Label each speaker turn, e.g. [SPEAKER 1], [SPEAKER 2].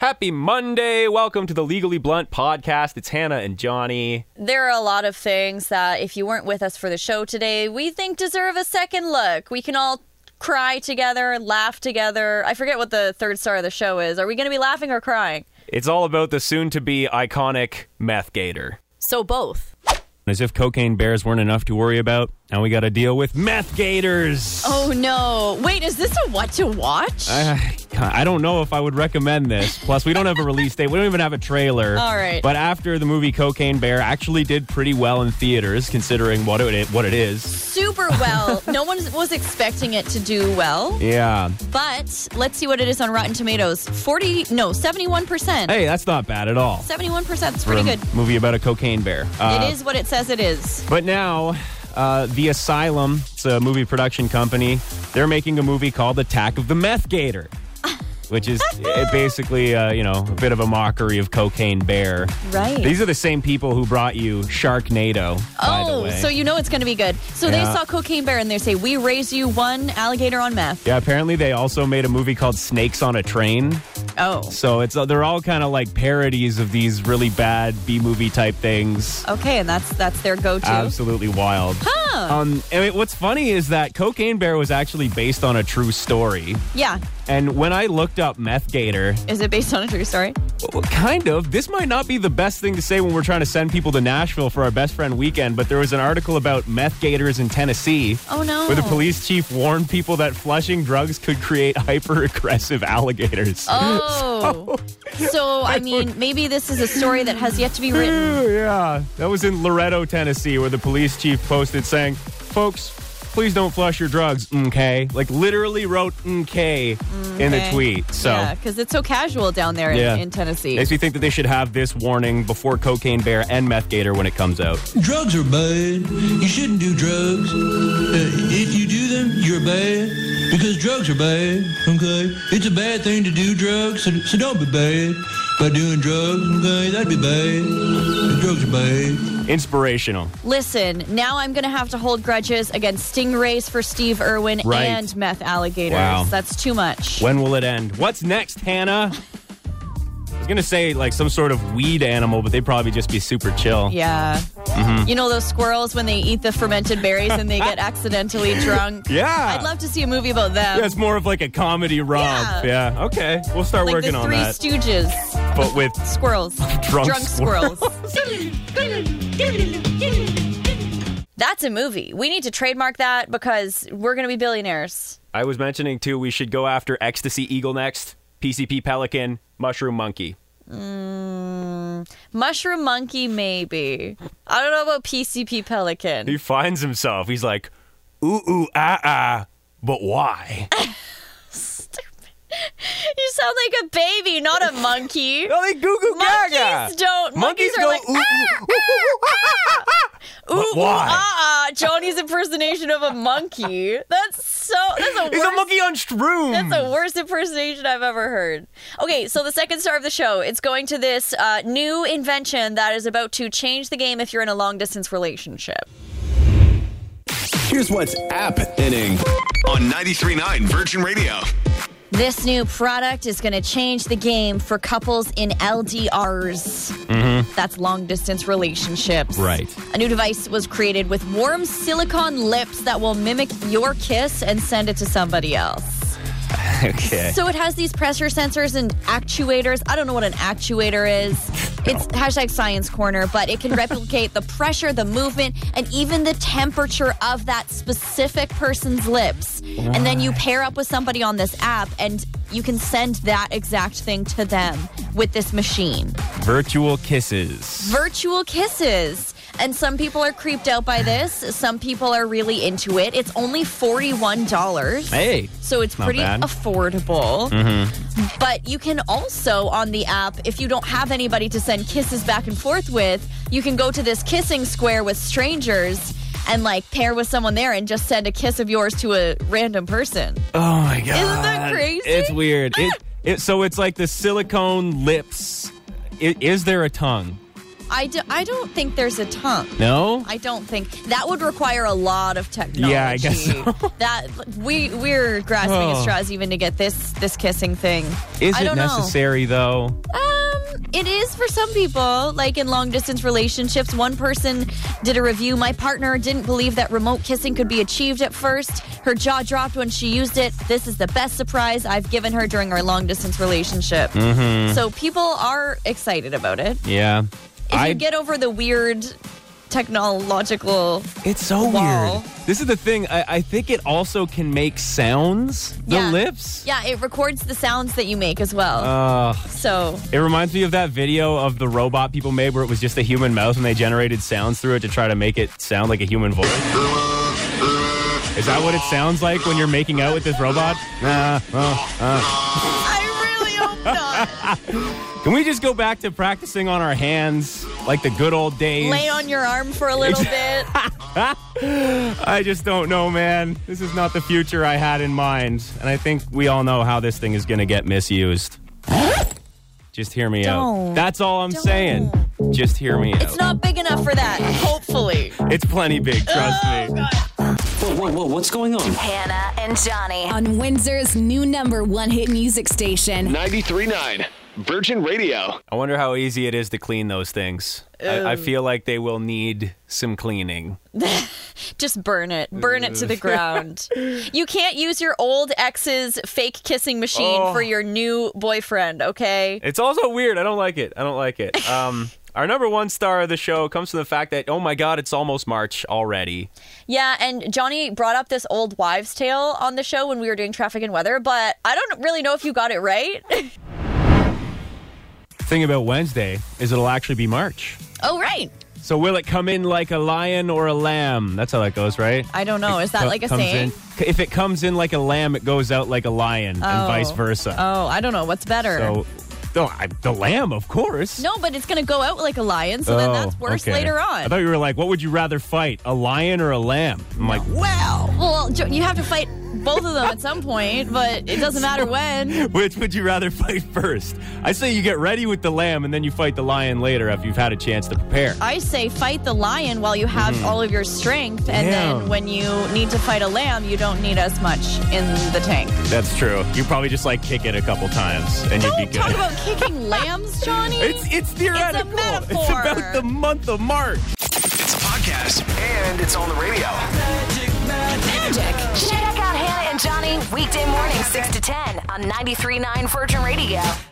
[SPEAKER 1] Happy Monday. Welcome to the Legally Blunt podcast. It's Hannah and Johnny.
[SPEAKER 2] There are a lot of things that, if you weren't with us for the show today, we think deserve a second look. We can all cry together, laugh together. I forget what the third star of the show is. Are we going to be laughing or crying?
[SPEAKER 1] It's all about the soon to be iconic meth gator.
[SPEAKER 2] So both.
[SPEAKER 1] As if cocaine bears weren't enough to worry about, now we got to deal with meth gators.
[SPEAKER 2] Oh no. Wait, is this a what to watch?
[SPEAKER 1] I, I don't know if I would recommend this. Plus, we don't have a release date. We don't even have a trailer.
[SPEAKER 2] All right.
[SPEAKER 1] But after the movie Cocaine Bear actually did pretty well in theaters, considering what it what it is.
[SPEAKER 2] Super well. no one was expecting it to do well,
[SPEAKER 1] Yeah.
[SPEAKER 2] but let's see what it is on Rotten Tomatoes. 40, no, 71%.
[SPEAKER 1] Hey, that's not bad at all.
[SPEAKER 2] 71% is
[SPEAKER 1] for
[SPEAKER 2] pretty
[SPEAKER 1] a
[SPEAKER 2] good.
[SPEAKER 1] Movie about a cocaine bear. Uh,
[SPEAKER 2] it is what it says it is.
[SPEAKER 1] But now, uh, The Asylum, it's a movie production company, they're making a movie called Attack of the Meth Gator, which is uh, basically, uh, you know, a bit of a mockery of Cocaine Bear.
[SPEAKER 2] Right.
[SPEAKER 1] These are the same people who brought you Sharknado, by the
[SPEAKER 2] Oh,
[SPEAKER 1] way.
[SPEAKER 2] so you know it's going to be good. So they
[SPEAKER 1] Yeah.
[SPEAKER 2] saw Cocaine Bear and they say, We raise you one alligator on meth.
[SPEAKER 1] yeah, apparently they also made a movie called Snakes on a Train.
[SPEAKER 2] Oh.
[SPEAKER 1] So it's uh, they're all kind of like parodies of these really bad B movie type things.
[SPEAKER 2] Okay, and that's that's their go to.
[SPEAKER 1] Absolutely wild.
[SPEAKER 2] Oh, Huh.
[SPEAKER 1] Um, and it- what's funny is that Cocaine Bear was actually based on a true story.
[SPEAKER 2] Yeah.
[SPEAKER 1] And when I looked up Meth Gator,
[SPEAKER 2] Is it based on a true story?
[SPEAKER 1] well, kind of, this might not be the best thing to say when we're trying to send people to Nashville for our best friend weekend, but there was an article about meth gators in Tennessee.
[SPEAKER 2] Oh, no.
[SPEAKER 1] Where the police chief warned people that flushing drugs could create hyper aggressive alligators.
[SPEAKER 2] Oh. so, I mean, maybe this is a story that has yet to be written.
[SPEAKER 1] Ooh, yeah, that was in Loretto, Tennessee, where the police chief posted saying, "Folks, please don't flush your drugs." Okay, like literally wrote "okay" in the
[SPEAKER 2] Okay.
[SPEAKER 1] tweet. So
[SPEAKER 2] Yeah, because it's so casual down there
[SPEAKER 1] Yeah.
[SPEAKER 2] in, in Tennessee.
[SPEAKER 1] makes me think that they should have this warning before Cocaine Bear and Meth Gator when it comes out.
[SPEAKER 3] Drugs are bad. You shouldn't do drugs. Uh, if you do them, you're bad. Because drugs are bad, okay? It's a bad thing to do drugs, so, so don't be bad by doing drugs, okay? That'd be bad. Drugs are bad.
[SPEAKER 1] Inspirational.
[SPEAKER 2] Listen, now I'm going to have to hold grudges against stingrays for Steve Irwin
[SPEAKER 1] Right.
[SPEAKER 2] and meth alligators.
[SPEAKER 1] Wow.
[SPEAKER 2] That's too much.
[SPEAKER 1] When will it end? What's next, Hannah? I was gonna say like some sort of weed animal, but they'd probably just be super chill.
[SPEAKER 2] Yeah.
[SPEAKER 1] Mm-hmm.
[SPEAKER 2] You know those squirrels when they eat the fermented berries and they get accidentally drunk?
[SPEAKER 1] Yeah.
[SPEAKER 2] I'd love to see a movie about them.
[SPEAKER 1] That's more of like a comedy romp.
[SPEAKER 2] Yeah.
[SPEAKER 1] Yeah. Okay. We'll start
[SPEAKER 2] like
[SPEAKER 1] working
[SPEAKER 2] the
[SPEAKER 1] on
[SPEAKER 2] Three
[SPEAKER 1] that.
[SPEAKER 2] Stooges.
[SPEAKER 1] but with
[SPEAKER 2] Squirrels.
[SPEAKER 1] Drunk
[SPEAKER 2] squirrels. That's a movie. We need to trademark that because we're going to be billionaires.
[SPEAKER 1] I was mentioning too, we should go after Ecstasy Eagle next, PCP Pelican, Mushroom Monkey.
[SPEAKER 2] Mushroom Monkey, maybe. I don't know about PCP Pelican.
[SPEAKER 1] He finds himself. He's like, ooh, ooh, ah, ah, but why?
[SPEAKER 2] You sound like a baby, not a monkey.
[SPEAKER 1] no, they goo goo gaga.
[SPEAKER 2] Monkeys don't. Monkeys,
[SPEAKER 1] go,
[SPEAKER 2] are like,
[SPEAKER 1] ooh, ooh, ooh, ooh, ah, ah, ah.
[SPEAKER 2] Ooh, ooh,
[SPEAKER 1] why?
[SPEAKER 2] ah, ah. Johnny's impersonation of a monkey. That's so. That's a
[SPEAKER 1] He's
[SPEAKER 2] worse,
[SPEAKER 1] a monkey on shrooms.
[SPEAKER 2] That's the worst impersonation I've ever heard. Okay, so the second star of the show, it's going to this uh, new invention that is about to change the game if you're in a long distance relationship.
[SPEAKER 4] Here's what's happening
[SPEAKER 5] on 93.9 Virgin Radio.
[SPEAKER 2] This new product is going to change the game for couples in LDRs. That's long distance relationships.
[SPEAKER 1] Right.
[SPEAKER 2] A new device was created with warm silicone lips that will mimic your kiss and send it to somebody else.
[SPEAKER 1] okay.
[SPEAKER 2] So it has these pressure sensors and actuators. I don't know what an actuator is. It's hashtag science corner, but it can replicate the pressure, the movement, and even the temperature of that specific person's lips. And then you pair up with somebody on this app and you can send that exact thing to them with this machine.
[SPEAKER 1] Virtual kisses.
[SPEAKER 2] Virtual kisses. And some people are creeped out by this. Some people are really into it. It's only $41.
[SPEAKER 1] Hey.
[SPEAKER 2] So it's
[SPEAKER 1] Not
[SPEAKER 2] pretty
[SPEAKER 1] bad. Mm-hmm.
[SPEAKER 2] affordable. But you can also on the app, if you don't have anybody to send kisses back and forth with, you can go to this kissing square with strangers and like pair with someone there and just send a kiss of yours to a random person.
[SPEAKER 1] Oh my god.
[SPEAKER 2] that crazy?
[SPEAKER 1] It's weird. It, it, so it's like the silicone lips. I- Is there a tongue?
[SPEAKER 2] I, do, I don't think there's a tongue.
[SPEAKER 1] No?
[SPEAKER 2] I don't think that would require a lot of technology.
[SPEAKER 1] Yeah, I guess so.
[SPEAKER 2] that we we're grasping at
[SPEAKER 1] Oh.
[SPEAKER 2] straws even to get this this kissing thing.
[SPEAKER 1] Is
[SPEAKER 2] I
[SPEAKER 1] it
[SPEAKER 2] don't
[SPEAKER 1] necessary, though?
[SPEAKER 2] know. Um, it is for some people. Like in long distance relationships, one person did a review. My partner didn't believe that remote kissing could be achieved at first. Her jaw dropped when she used it. This is the best surprise I've given her during our long distance relationship.
[SPEAKER 1] Mm-hmm.
[SPEAKER 2] So people are excited about it.
[SPEAKER 1] Yeah.
[SPEAKER 2] If
[SPEAKER 1] I,
[SPEAKER 2] you get over the weird technological
[SPEAKER 1] it's so
[SPEAKER 2] Wow.
[SPEAKER 1] weird. This is the thing. I, I think it also can make sounds, the
[SPEAKER 2] Yeah.
[SPEAKER 1] lips.
[SPEAKER 2] Yeah, it records the sounds that you make as well.
[SPEAKER 1] Ugh.
[SPEAKER 2] so
[SPEAKER 1] It reminds me of that video of the robot people made where it was just a human mouth and they generated sounds through it to try to make it sound like a human voice. Is that what it sounds like when you're making out with this robot? Nah, oh.
[SPEAKER 2] I really hope not.
[SPEAKER 1] Can we just go back to practicing on our hands like the good old days?
[SPEAKER 2] Lay on your arm for a little bit.
[SPEAKER 1] I just don't know, man. This is not the future I had in mind. And I think we all know how this thing is going to get misused. Just hear me out.
[SPEAKER 2] Don't.
[SPEAKER 1] That's all I'm
[SPEAKER 2] Don't.
[SPEAKER 1] saying. Just hear me out.
[SPEAKER 2] It's not big enough for that. Hopefully.
[SPEAKER 1] It's plenty big, trust
[SPEAKER 2] Oh,
[SPEAKER 1] me.
[SPEAKER 6] Whoa, whoa, whoa, what's going on?
[SPEAKER 7] Hannah and Johnny.
[SPEAKER 8] on Windsor's new number one hit music station.
[SPEAKER 5] 939 Virgin Radio.
[SPEAKER 1] I wonder how easy it is to clean those things.
[SPEAKER 2] Um,
[SPEAKER 1] I, I feel like they will need some cleaning.
[SPEAKER 2] Just burn it. Burn it to the ground. You can't use your old ex's fake kissing machine
[SPEAKER 1] Oh.
[SPEAKER 2] for your new boyfriend, okay?
[SPEAKER 1] It's also weird. I don't like it. I don't like it. Um, our number one star of the show comes from the fact that, oh my God, it's almost March already.
[SPEAKER 2] Yeah, and Johnny brought up this old wives' tale on the show when we were doing traffic and weather, but I don't really know if you got it right.
[SPEAKER 1] Thing about Wednesday is it'll actually be March.
[SPEAKER 2] oh, right.
[SPEAKER 1] So will it come in like a lion or a lamb? That's how that goes, right?
[SPEAKER 2] I don't know. Is that
[SPEAKER 1] Co-
[SPEAKER 2] like a
[SPEAKER 1] comes
[SPEAKER 2] saying?
[SPEAKER 1] in- c- if it comes in like a lamb, it goes out like a lion, and
[SPEAKER 2] Oh.
[SPEAKER 1] vice versa.
[SPEAKER 2] Oh, I don't know. What's better?
[SPEAKER 1] So, no, I, the lamb, of course.
[SPEAKER 2] No, but it's going to go out like a lion, so then that's worse
[SPEAKER 1] Oh, okay.
[SPEAKER 2] later
[SPEAKER 1] I
[SPEAKER 2] on.
[SPEAKER 1] thought you were like, what would you rather fight, a lion or a lamb? I'm like,
[SPEAKER 2] well, well, Jo- you have to fight both of them at some point, but it doesn't matter when.
[SPEAKER 1] which would you rather fight first? I say you get ready with the lamb and then you fight the lion later after you've had a chance to prepare.
[SPEAKER 2] I say fight the lion while you have all of your strength, and
[SPEAKER 1] Mm-hmm. Yeah.
[SPEAKER 2] then when you need to fight a lamb, you don't need as much in the tank.
[SPEAKER 1] That's true. You probably just like kick it a couple times and you'd be
[SPEAKER 2] Don't
[SPEAKER 1] good.
[SPEAKER 2] talk about kicking lambs, Johnny.
[SPEAKER 1] it's it's theoretical.
[SPEAKER 2] metaphor.
[SPEAKER 1] about the month of March.
[SPEAKER 5] It's a podcast and it's on the radio.
[SPEAKER 7] Check out Hannah and Johnny weekday morning 6 to 10 on 93.9 Virgin Radio.